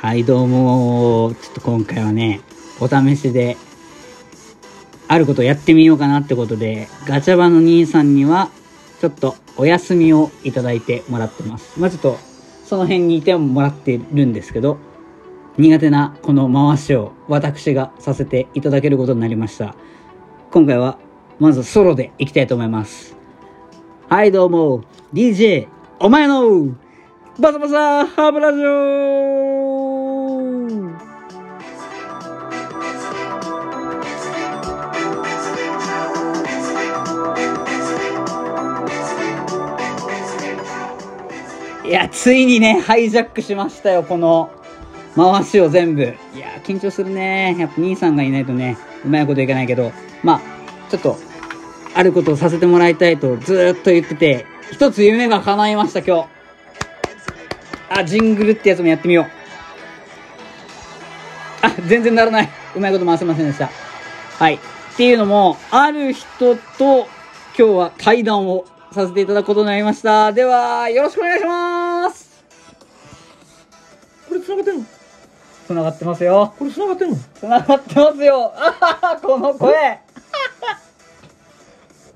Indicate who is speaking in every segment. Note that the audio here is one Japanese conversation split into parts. Speaker 1: はいどうもちょっと今回はねお試しであることをやってみようかなってことでガチャバの兄さんにはちょっとお休みをいただいてもらってますまあちょっとその辺にいてもらってるんですけど苦手なこの回しを私がさせていただけることになりました今回はまずソロでいきたいと思いますはいどうも DJ お前のバサバサハブラジオいやついにねハイジャックしましたよこの回しを全部いや緊張するねやっぱ兄さんがいないとねうまいこといかないけどまあちょっとあることをさせてもらいたいとずーっと言ってて一つ夢が叶いました今日あジングルってやつもやってみようあ全然ならないうまいこと回せませんでしたはいっていうのもある人と今日は対談をさせていただくことになりましたではよろしくお願いします
Speaker 2: これ繋がってんの
Speaker 1: つながってますよ
Speaker 2: これ繋がってんの
Speaker 1: つながってますよあははこの声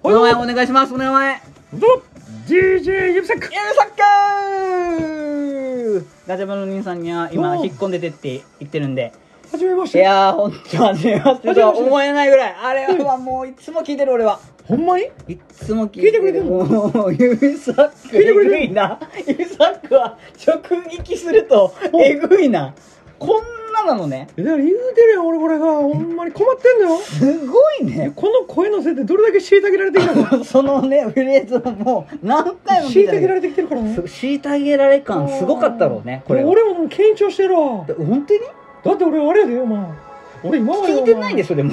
Speaker 1: お名前お願いしますお名前
Speaker 2: どうも DJ 指サック
Speaker 1: やるサッカーガチャバの兄さんには今
Speaker 2: おう
Speaker 1: 引っ込んでてって言ってるんで
Speaker 2: はじめまし
Speaker 1: い
Speaker 2: て
Speaker 1: やーほんと初めましてとは思えないぐらいあれはもういつも聞いてる俺は
Speaker 2: ほんまに
Speaker 1: いっつも聞
Speaker 2: 聞いてくれてる
Speaker 1: もう指サック
Speaker 2: 聞いて
Speaker 1: え
Speaker 2: くれて
Speaker 1: ぐ
Speaker 2: る
Speaker 1: いな指サックは直撃すると
Speaker 2: お
Speaker 1: えぐいなこんななのね
Speaker 2: えだから言うてるやん俺これがほんまに困ってんだよ
Speaker 1: すごいね
Speaker 2: この声のせいでどれだけ虐げられてきたか
Speaker 1: そのねフレーズをもう何回も聞い
Speaker 2: 虐
Speaker 1: たけ
Speaker 2: げら
Speaker 1: ど
Speaker 2: れてきてるからね
Speaker 1: す虐げられ感すごかったろうねこれは
Speaker 2: 俺ももう緊張してるわ
Speaker 1: で本当に
Speaker 2: だって俺あれやでお前俺今まで
Speaker 1: 聞いてないんですしょでも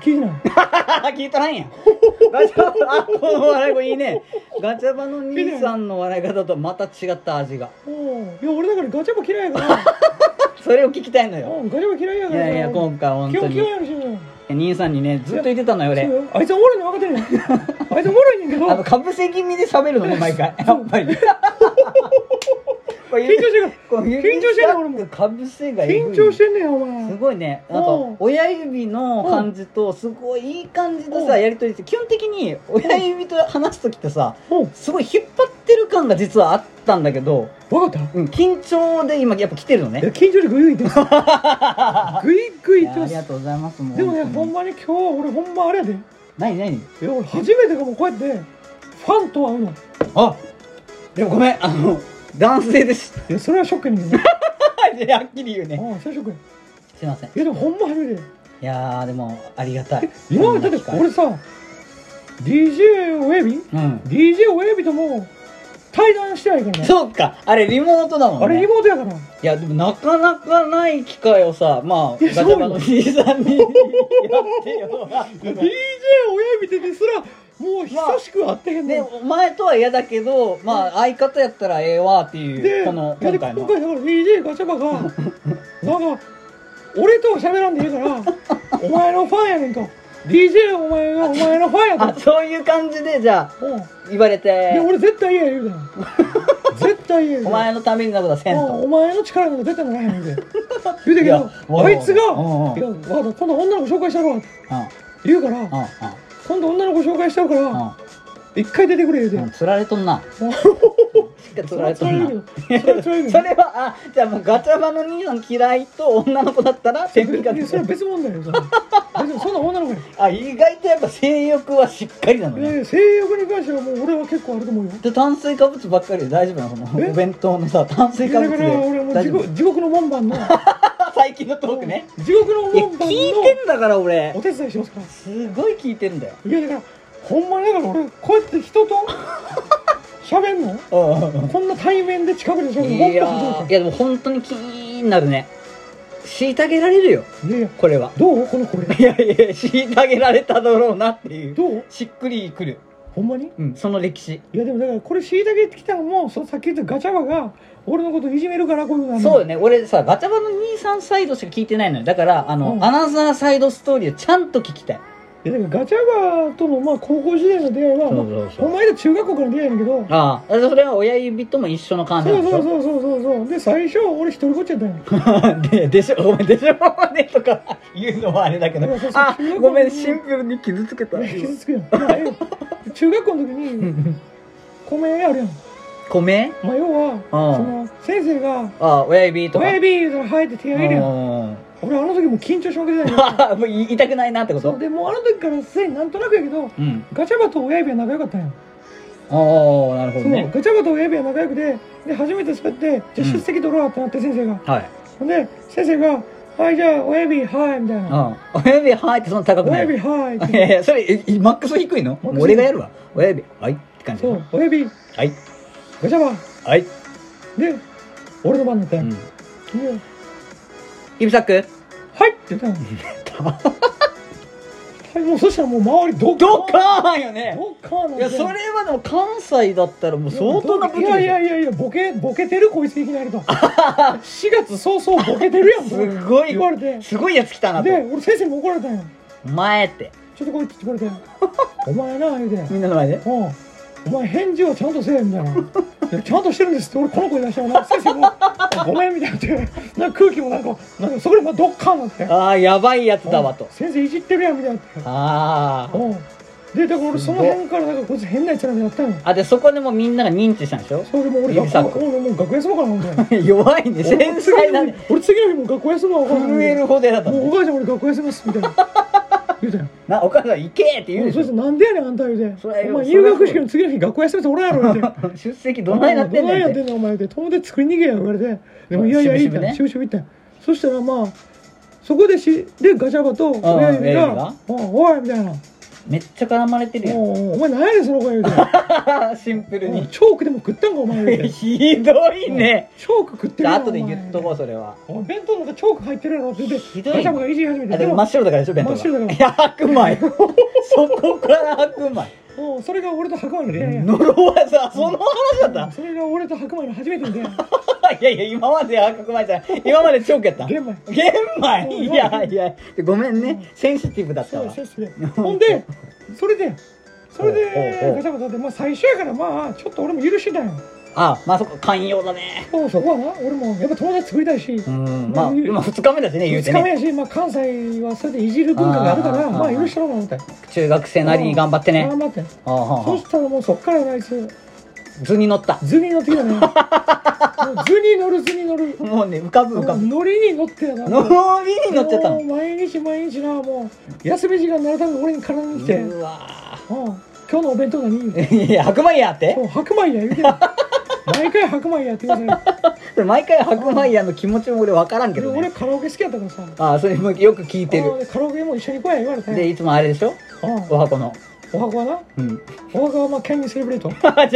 Speaker 2: 聞いてない
Speaker 1: 聞いたないんやガチャあこの笑い声いいねガチャバの兄さんの笑い方とまた違った味が
Speaker 2: おういや俺だからガチャバ嫌いやから
Speaker 1: それを聞きたいのよ
Speaker 2: うんガチャバ嫌いや
Speaker 1: い
Speaker 2: から
Speaker 1: やいや今回本
Speaker 2: 今
Speaker 1: 当に
Speaker 2: 日嫌い
Speaker 1: い
Speaker 2: やろしんよ
Speaker 1: や兄さんにねずっと言ってたのよ
Speaker 2: そう
Speaker 1: 俺
Speaker 2: よあいつはおもろいの 分かってるやんあいつおもろいねんけど
Speaker 1: あのかぶせ気味で喋るのね毎回やっぱり こう
Speaker 2: 緊
Speaker 1: 指
Speaker 2: 張してる
Speaker 1: こう指
Speaker 2: 緊張してる俺も
Speaker 1: かぶせがえぐい
Speaker 2: 緊張してんねんお前
Speaker 1: すごいねなんか
Speaker 2: うん
Speaker 1: 親指の感じとすごいいい感じとさ
Speaker 2: うん
Speaker 1: やり取りして基本的に親指と話す時ってさ
Speaker 2: おう
Speaker 1: すごい引っ張ってる感が実はあったんだけど、
Speaker 2: 分かった
Speaker 1: うん、緊張で今やっぱ来てるの
Speaker 2: いや
Speaker 1: ね
Speaker 2: 緊張でグイグイいっ てますグイグイ
Speaker 1: い
Speaker 2: いっ
Speaker 1: や
Speaker 2: て
Speaker 1: ありが
Speaker 2: ます
Speaker 1: とうございますもう
Speaker 2: でもね
Speaker 1: 本当
Speaker 2: ほ
Speaker 1: に
Speaker 2: んまに今日俺ほんまあれやでいや
Speaker 1: 何何
Speaker 2: 俺初めてかもこうやってファンと会うの
Speaker 1: あでもごめんあの男性です
Speaker 2: いやそれはショックやねんけど
Speaker 1: はっきり言う ね
Speaker 2: ああそれはショックやい
Speaker 1: すいませんい
Speaker 2: やでもほんま初めて
Speaker 1: やーでもありがたい
Speaker 2: 今ま
Speaker 1: こ
Speaker 2: で
Speaker 1: んな
Speaker 2: だっ
Speaker 1: 機
Speaker 2: て
Speaker 1: 会
Speaker 2: 俺さ DJ 親
Speaker 1: う
Speaker 2: 指
Speaker 1: ん
Speaker 2: DJ 親指とも対談してないからね
Speaker 1: そうかあれリモートだもんね
Speaker 2: あれリモートやから
Speaker 1: いやでもなかなかない機会をさまあ
Speaker 2: い
Speaker 1: ガ
Speaker 2: や
Speaker 1: チャバのじいさんにやってよ
Speaker 2: DJ 親指ってですらもう久しく会ってへん
Speaker 1: ね
Speaker 2: ねん
Speaker 1: お前とは嫌だけどまあ相方やったらええわってい
Speaker 2: で、
Speaker 1: うこの
Speaker 2: いや
Speaker 1: 今
Speaker 2: で
Speaker 1: 回
Speaker 2: 今
Speaker 1: の
Speaker 2: 回だから DJ ガチャ バがなんか俺とは喋らんでい いからお前のファンやねんと DJ お前がお前のファンや
Speaker 1: あ
Speaker 2: と
Speaker 1: そういう感じでじゃあ
Speaker 2: うんい
Speaker 1: 言われ
Speaker 2: や
Speaker 1: て
Speaker 2: 俺絶対言え言 うたら絶対言え言う
Speaker 1: お
Speaker 2: たら
Speaker 1: 前のためになることはせん
Speaker 2: うん
Speaker 1: と
Speaker 2: お前の力なんか絶対ならへん ねんで言うて
Speaker 1: い
Speaker 2: け
Speaker 1: や
Speaker 2: どあいつが
Speaker 1: うんうんうん
Speaker 2: 「いやわかった今度女の子紹介したろ」って
Speaker 1: うん
Speaker 2: 言うから
Speaker 1: うん
Speaker 2: 「今度女の子紹介したるか
Speaker 1: うん
Speaker 2: ら一回出てくれ」
Speaker 1: うんう
Speaker 2: 言
Speaker 1: ん
Speaker 2: う
Speaker 1: 釣られとんな
Speaker 2: て
Speaker 1: しっかり
Speaker 2: そ
Speaker 1: 釣ら
Speaker 2: れは
Speaker 1: れ
Speaker 2: つ
Speaker 1: と
Speaker 2: られ
Speaker 1: ん
Speaker 2: る
Speaker 1: な
Speaker 2: よそれはつられる
Speaker 1: そ
Speaker 2: よ
Speaker 1: れはあじゃあもうガチャバの兄さん嫌いと女の子だったら天秤か
Speaker 2: いやそれは別問題 よそれ別にそんな女の子や
Speaker 1: あ意外とやっぱ性欲はしっかりなの
Speaker 2: いやい
Speaker 1: ね
Speaker 2: や性欲に関してはもう俺は結構あると思うよ
Speaker 1: で炭水化物ばっかりで大丈夫なのその
Speaker 2: え
Speaker 1: お弁当のさ炭水
Speaker 2: だ
Speaker 1: 化
Speaker 2: か
Speaker 1: 物で
Speaker 2: ら俺もう
Speaker 1: 大
Speaker 2: 地
Speaker 1: 丈夫
Speaker 2: 獄地獄の 門番の
Speaker 1: あ最近のトークね
Speaker 2: 地獄の
Speaker 1: いや
Speaker 2: 門
Speaker 1: 聞
Speaker 2: 番
Speaker 1: い
Speaker 2: の
Speaker 1: てんだから俺
Speaker 2: お手伝いしますから
Speaker 1: すごい聞いてんだよ
Speaker 2: いやだからほんまにだから俺こうやって人 と喋んのこんな対面で近くで喋るの
Speaker 1: い
Speaker 2: も
Speaker 1: や
Speaker 2: っと初
Speaker 1: ーい
Speaker 2: め
Speaker 1: やでも本当に気になるね虐げられるよ
Speaker 2: ていやいや
Speaker 1: これは
Speaker 2: どうこの声
Speaker 1: いやいや虐げられただろうなっていう
Speaker 2: どう
Speaker 1: しっくりくる、
Speaker 2: ほんまに
Speaker 1: うん、その歴史
Speaker 2: いやでもだからこれ虐げてきたのもそのさっき言ったガチャバが俺のこといじめるからこういうの
Speaker 1: そうよ
Speaker 2: ね
Speaker 1: ね俺さガチャバの兄さんサイドしか聞いてないのよだからあの、
Speaker 2: うん
Speaker 1: アナザーサイドストーリーをちゃんと聞きたい
Speaker 2: いやだからガチャバとのまあ高校時代の出会い
Speaker 1: そ
Speaker 2: は、
Speaker 1: う
Speaker 2: ま
Speaker 1: そう
Speaker 2: あ、
Speaker 1: そ
Speaker 2: お
Speaker 1: う。
Speaker 2: 前と中学校からの出会いなんだけど
Speaker 1: ああ、それは親指とも一緒の感じな
Speaker 2: そ
Speaker 1: ん
Speaker 2: う
Speaker 1: でし
Speaker 2: そ
Speaker 1: ょ
Speaker 2: うそうそうそうそうで最初俺一人ぼっちやったん よ
Speaker 1: で、でしょ、ごめん、でしょ、ね、とか 言うのもあれだけど
Speaker 2: そうそう。そう
Speaker 1: あ、ごめん、シンプルに傷つけた。
Speaker 2: 傷つくやんまあええよ中学校の時に米あるやん
Speaker 1: 米
Speaker 2: まあ要はその先生が
Speaker 1: ああ、親指
Speaker 2: 「
Speaker 1: とか。
Speaker 2: 親指」言うたら生えて手が入れやん
Speaker 1: うん
Speaker 2: 俺あの時もう緊張しまくってたんよ
Speaker 1: あ もうい痛くないなってこ
Speaker 2: そ
Speaker 1: と
Speaker 2: うでもうあの時からすでになんとなくやけど
Speaker 1: うん。
Speaker 2: ガチャバと親指は仲良かったんよ
Speaker 1: ああ、なるほ
Speaker 2: そ
Speaker 1: ど
Speaker 2: う
Speaker 1: ね。
Speaker 2: ガチャバと親指は仲良くてで初めてそうやって「じゃあ出席取ろう」ってなって先生が
Speaker 1: はい。
Speaker 2: ほんで先生が「はいじゃあ親指はい」みたいな
Speaker 1: うん。親指はいってそんな
Speaker 2: 「
Speaker 1: 高くな
Speaker 2: 親
Speaker 1: い。
Speaker 2: 指はい」っ
Speaker 1: い やい
Speaker 2: て
Speaker 1: や、それ、えマックス低いの
Speaker 2: マックス低い
Speaker 1: 俺がやるわ。親指、はいって感じ。
Speaker 2: そう親指ガ
Speaker 1: はい、
Speaker 2: チャバ
Speaker 1: はい。
Speaker 2: で俺の番だった
Speaker 1: うんん。
Speaker 2: よで
Speaker 1: 指サッ ク
Speaker 2: はいって言ったの。はい、もうそしたらもう周りドッ
Speaker 1: ドッ
Speaker 2: ー
Speaker 1: カーンよね
Speaker 2: ドッカーなん
Speaker 1: い
Speaker 2: て
Speaker 1: や、それはでも関西だったらもう相当な武器
Speaker 2: い
Speaker 1: でしょ
Speaker 2: やいやいやいや、ボケ、ボケてるこいついき なりと。4月早々ボケてるやんと。
Speaker 1: すごい
Speaker 2: 言われて。
Speaker 1: すごいやつ来たな
Speaker 2: で、
Speaker 1: と。
Speaker 2: 俺先生にも怒られたんよ。
Speaker 1: 前って。
Speaker 2: ちょっとこいつって言われて。お前な、言うて。
Speaker 1: みんなの前で。
Speaker 2: うんお前返事はちゃんとせえみたいないやちゃんとしてるんですって俺この声出したらな先生も あごめんみたいになってなんか空気もなんかなんかそこでまあドッカーンなって
Speaker 1: ああ、やばいやつだわと
Speaker 2: うん。先生いじってるやんみたいになって
Speaker 1: ああ。
Speaker 2: うんでだから俺その辺からなんかこいつ変なやつなんだやったのよ
Speaker 1: あ、で、そこでもうみんなが認知したんでしょ
Speaker 2: それでもう俺
Speaker 1: 指
Speaker 2: 学
Speaker 1: サッ
Speaker 2: 校
Speaker 1: ク
Speaker 2: 俺もう学園そばからなんだ よ
Speaker 1: 弱いね。繊細だね。
Speaker 2: 俺次の日も学校休むわお母さん
Speaker 1: 震
Speaker 2: に
Speaker 1: えるほどだった
Speaker 2: もうお
Speaker 1: の。
Speaker 2: 母ちゃん俺学校休みますみたいな言うたよ
Speaker 1: な、お母さん行けって言う
Speaker 2: う
Speaker 1: で
Speaker 2: ん
Speaker 1: し
Speaker 2: そ
Speaker 1: ょ
Speaker 2: してなんでやねんあんた言うて
Speaker 1: そりゃよ
Speaker 2: お前
Speaker 1: そりゃ
Speaker 2: 入学式の次の日学校休みっておらんやろって
Speaker 1: 出席 どないなってん
Speaker 2: どない
Speaker 1: ね
Speaker 2: や
Speaker 1: ん
Speaker 2: っ
Speaker 1: て。
Speaker 2: てんねんお前って友達作りに行けや言われてでもいやいやいいみたいなし
Speaker 1: し
Speaker 2: ぶしぶ行ったよそしたらまあそこでしでガチャバと親
Speaker 1: 親
Speaker 2: 指
Speaker 1: 指
Speaker 2: が
Speaker 1: が
Speaker 2: 「おおい」みたいな「
Speaker 1: めっちゃ絡まれてるやん。
Speaker 2: おうおうお前何やねんその声」言うて
Speaker 1: シンプル
Speaker 2: うん
Speaker 1: に。
Speaker 2: チョークでも食ったんかお前言うて
Speaker 1: ひどいね。
Speaker 2: チョーク食ってるやん
Speaker 1: 後で言っとこう、それは。
Speaker 2: お前弁当の中チョーク入ってるやろって言って
Speaker 1: ひどい
Speaker 2: ガチャバがいじり始め
Speaker 1: あ
Speaker 2: て
Speaker 1: で
Speaker 2: で
Speaker 1: も真
Speaker 2: も
Speaker 1: っ白だからでしょ、弁当が。
Speaker 2: 真っ白だから
Speaker 1: いや、白米。そこから白米。
Speaker 2: うんそれが俺と白米の出会いや
Speaker 1: 呪われた。その話だっ
Speaker 2: それが俺と白米の初めての出会い
Speaker 1: た。いやいや、今まで白米じゃない。今までチョークやった。
Speaker 2: 玄米
Speaker 1: 玄米いやいや、ごめんね。センシティブだった
Speaker 2: そう
Speaker 1: わ。
Speaker 2: そうそうほんでそれでそれ
Speaker 1: おうおうお
Speaker 2: で
Speaker 1: う
Speaker 2: ガチャバとでまあ最初やからまあちょっと俺も許してたんよ
Speaker 1: あ、まあそこ寛容だね。
Speaker 2: そうそこはな俺もやっぱ友達作りたいし
Speaker 1: う
Speaker 2: 2
Speaker 1: ん。まあ、今二日目だしね、言う
Speaker 2: 日
Speaker 1: て
Speaker 2: 目
Speaker 1: ね。
Speaker 2: やし、まあ、関西はそれでいじる文化があるか
Speaker 1: あー
Speaker 2: ら
Speaker 1: あー
Speaker 2: ま
Speaker 1: あ
Speaker 2: あ
Speaker 1: ー
Speaker 2: 許してもらおうと思って
Speaker 1: 中学生なりに頑張ってね。
Speaker 2: 頑張って
Speaker 1: ああああ
Speaker 2: そしたらもうそっからのあいつ
Speaker 1: 図に乗った。
Speaker 2: 図に乗ってき たねもう図に乗る図に乗る
Speaker 1: もうね、浮かぶ浮かぶ。
Speaker 2: 乗りに乗ってやな
Speaker 1: 乗りに乗っちゃった
Speaker 2: もう
Speaker 1: の。
Speaker 2: 毎日毎日なもう休み時間になるたび俺に絡んできて「うん
Speaker 1: うわ
Speaker 2: 今日のお弁当何?」言うて
Speaker 1: ーいや、白米屋って
Speaker 2: もう白米や 言うて毎回白米やって言うて
Speaker 1: 毎回白米屋の気持ちも俺分からんけ
Speaker 2: で
Speaker 1: ど、
Speaker 2: 俺
Speaker 1: ね。
Speaker 2: カラオケ好きやったからさ
Speaker 1: ああ、それもよく聞いて
Speaker 2: あ
Speaker 1: る。
Speaker 2: ーカラオケも一緒に行こうや言われて
Speaker 1: で、いつもあれでしょ
Speaker 2: うん
Speaker 1: お箱の。
Speaker 2: お箱はな
Speaker 1: うん。
Speaker 2: お箱はまあキャンディーセレブレート
Speaker 1: じゃあ違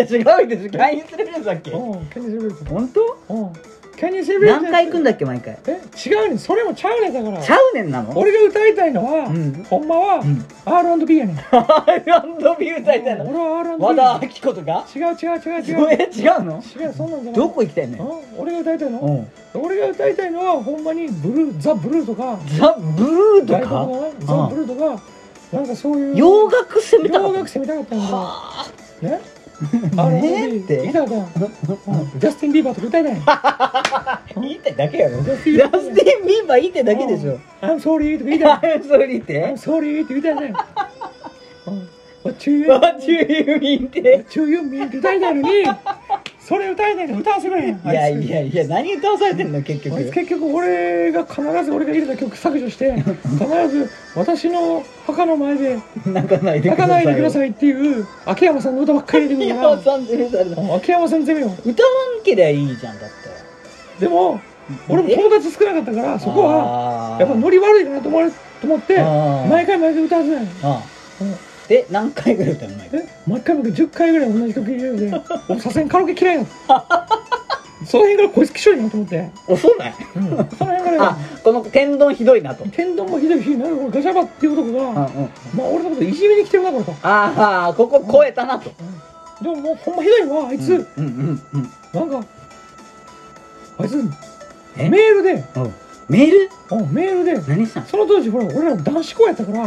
Speaker 1: うでしょ。会員するやつだっけ
Speaker 2: うんキャンディーセレブレー
Speaker 1: 本当
Speaker 2: トうんキャンディーセレブレート
Speaker 1: 何回行くんだっけ、毎回。
Speaker 2: え違うねんそれもちゃうねんだから
Speaker 1: ちゃうねんなの
Speaker 2: 俺が歌いたいのは、
Speaker 1: うん
Speaker 2: ほんまは、
Speaker 1: うん
Speaker 2: R&B やねん
Speaker 1: R&B 歌いたい
Speaker 2: 俺
Speaker 1: の
Speaker 2: は
Speaker 1: 和
Speaker 2: R&B
Speaker 1: 田アキ子とか
Speaker 2: 違う違う違う
Speaker 1: え、
Speaker 2: 違う
Speaker 1: 違うの
Speaker 2: 違うそんなんじゃない
Speaker 1: どこ行きたいのよ。
Speaker 2: うん俺が歌いたいの、
Speaker 1: うん。
Speaker 2: 俺が歌いたいのはほんまにブルーザ・ブルーとか
Speaker 1: ザ・ブルーと
Speaker 2: 外
Speaker 1: か
Speaker 2: 国のねザ・ブ
Speaker 1: うん
Speaker 2: ルーとかなんかそういう
Speaker 1: 洋楽攻めたか
Speaker 2: 洋
Speaker 1: った
Speaker 2: 楽攻めたかったんだ
Speaker 1: はあ
Speaker 2: ね
Speaker 1: あ
Speaker 2: あ
Speaker 1: れ
Speaker 2: れ
Speaker 1: ねっ
Speaker 2: ギ
Speaker 1: て
Speaker 2: ターだジャスティン・ビーバーとか歌 えない
Speaker 1: 言いたいだけや ろジ
Speaker 2: ジ
Speaker 1: ャ
Speaker 2: ャ
Speaker 1: ス
Speaker 2: ス
Speaker 1: テ
Speaker 2: テ
Speaker 1: ィ
Speaker 2: ィ
Speaker 1: ン
Speaker 2: ン・
Speaker 1: ビーバー言いたいだけでしょ
Speaker 2: 「I'm sorry」とか言いたい
Speaker 1: あそれ言っ
Speaker 2: 「
Speaker 1: て
Speaker 2: I'm sorry」って歌えない「What you
Speaker 1: あ中優民って
Speaker 2: What you mean」って歌えないのにそれ歌えないの歌わせくれへん
Speaker 1: い
Speaker 2: あいつ
Speaker 1: やいやいや何歌わされてんの結
Speaker 2: あいつ
Speaker 1: 局
Speaker 2: 結局俺が必ず俺が入れた曲削 除して必ず私の墓の前で
Speaker 1: 泣かないで
Speaker 2: 泣
Speaker 1: くださ
Speaker 2: かない
Speaker 1: い
Speaker 2: でくださいっていう秋山さんの歌ばっかり入れてくるから
Speaker 1: さんでされた
Speaker 2: 秋山さんゼミよ
Speaker 1: 歌わんけりゃいいじゃんだって
Speaker 2: でも俺も友達少なかったからそこは
Speaker 1: は
Speaker 2: やっぱノ
Speaker 1: り
Speaker 2: リ悪いかなと思われと思って
Speaker 1: あー
Speaker 2: 毎回毎回歌わせないの
Speaker 1: ああで何回ぐらい歌うの毎回
Speaker 2: え毎回毎回10回ぐらい同じ曲入れるんで 俺さすがにカラオケ嫌いなの その辺からこいつ気性いいなと思って、
Speaker 1: 遅ない
Speaker 2: その辺から
Speaker 1: あこの天丼ひどいなと
Speaker 2: 天丼もひどいしなんかこのガチャバっていう男が、
Speaker 1: あうん
Speaker 2: まあ俺のこといじめに来てるなこれと
Speaker 1: ああここ超えたなと
Speaker 2: でももうほんまひどいのはあいつ、
Speaker 1: うんうんうん
Speaker 2: なんかあいつ
Speaker 1: え
Speaker 2: メールで
Speaker 1: うんメール
Speaker 2: うんメールで
Speaker 1: 何したん
Speaker 2: その当時ほら俺ら男子校やったから
Speaker 1: あ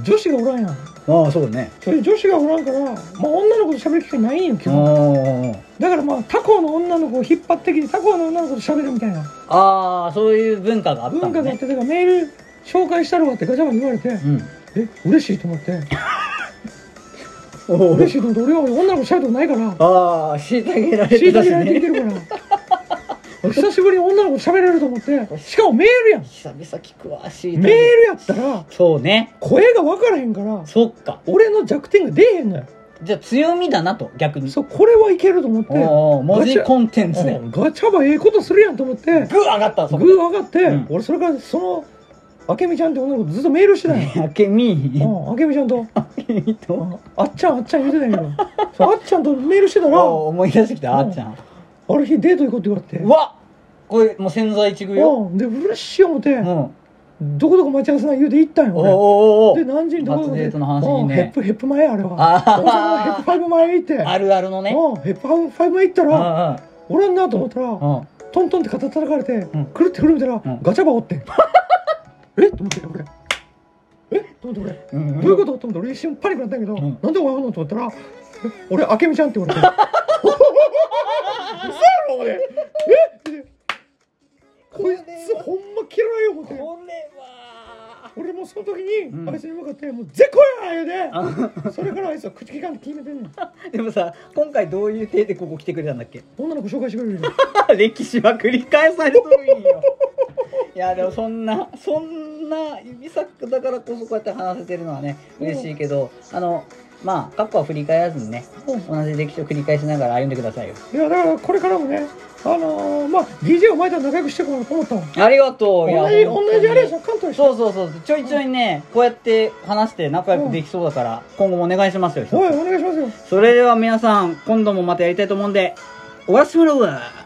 Speaker 2: 女子がおらんやん
Speaker 1: あああそうね
Speaker 2: それで女子がおらんから、まあ、女の子と喋る機会ないんよ基
Speaker 1: あ
Speaker 2: 本
Speaker 1: ー
Speaker 2: だからまあ他校の女の子を引っ張ってきて他校の女の子と喋るみたいな
Speaker 1: あーそういう文化があった
Speaker 2: 文
Speaker 1: んだ
Speaker 2: 化があっ
Speaker 1: ね
Speaker 2: てだからメール紹介したろうってガチャマンに言われて、
Speaker 1: うん
Speaker 2: え嬉しいと 思って
Speaker 1: お
Speaker 2: 嬉しいと思って俺は女の子と喋ったことないから
Speaker 1: ああ虐げられて
Speaker 2: 虐
Speaker 1: た
Speaker 2: げ
Speaker 1: し
Speaker 2: られてきて
Speaker 1: ね
Speaker 2: るか ら久しぶりに女の子と喋れると思ってしかもメールやん
Speaker 1: 久々聞くわし
Speaker 2: メールやったら
Speaker 1: そうね
Speaker 2: 声が分からへんから
Speaker 1: そっか
Speaker 2: 俺の弱点が出えへんのよ
Speaker 1: じゃあ強みだなと逆に
Speaker 2: そうこれはいけると思って
Speaker 1: おー文字コンテンツで
Speaker 2: うんガチャバええことするやんと思って
Speaker 1: グー上がった
Speaker 2: グ
Speaker 1: そ
Speaker 2: ー
Speaker 1: こ
Speaker 2: 上がって、
Speaker 1: うん
Speaker 2: 俺それからそのあけみちゃんって女の子とずっとメールしてたんや
Speaker 1: あけみ
Speaker 2: うんあけみちゃんと
Speaker 1: あけみ
Speaker 2: う
Speaker 1: と
Speaker 2: んあっちゃんあっちゃん言うてたんやけどそうあっちゃんとメールしてたら
Speaker 1: おー思い出してきたあーちゃん
Speaker 2: ある日デート行こうって言われて
Speaker 1: うわこれもう潜在一遇よ
Speaker 2: うんで嬉しい思って、
Speaker 1: うんおー
Speaker 2: どこどこ待ち合わせない言うて行ったんよ俺
Speaker 1: おーお
Speaker 2: で
Speaker 1: ー
Speaker 2: 何時にどこどこ
Speaker 1: 初デートの話いいね
Speaker 2: うんヘップヘップ前あれは
Speaker 1: あー
Speaker 2: 俺はヘップファイブ前行って
Speaker 1: あるあるのね
Speaker 2: うんヘップファイブ前行った
Speaker 1: うんう
Speaker 2: ら
Speaker 1: ん
Speaker 2: おらんなと思ったら
Speaker 1: うん
Speaker 2: トントンって肩叩かれて、
Speaker 1: ん
Speaker 2: くるって振る見たら、
Speaker 1: ん
Speaker 2: ガチャバおって えと思って俺えと思って俺
Speaker 1: うん
Speaker 2: どういうことと思って俺一瞬パニックになったんやけど、
Speaker 1: うん
Speaker 2: なんでお前おんのと思ったらえ俺あけみちゃんって言われて嘘やろ俺えでこいつほんま嫌いよ思って
Speaker 1: これは
Speaker 2: 俺もその時に、
Speaker 1: うん
Speaker 2: あいつに向かって「もう絶好や!」言うてそれからあいつは口利かんって決めてんねん
Speaker 1: でもさ今回どういう体でここ来てくれたんだっけ
Speaker 2: 女の子紹介してくれるよ
Speaker 1: 歴史は繰り返されとるんよいやでもそんなそんな指作だからこそこうやって話せてるのはね嬉しいけどあのまあ過去は振り返らずにね 同じ歴史を繰り返しながら歩んでくださいよ
Speaker 2: いやだからこれからもねあのー、まあ DJ お前とは仲良くしていこうかなと思ったわ
Speaker 1: ありがとういや
Speaker 2: 同じ
Speaker 1: 本当に
Speaker 2: 同じあれでしょ関東でしょ
Speaker 1: そうそうそうちょいちょいねこうやって話して仲良くできそうだから今後もお願いしますよ一つ
Speaker 2: おいお願いしますよ
Speaker 1: それでは皆さん今度もまたやりたいと思うんでおやすみなさい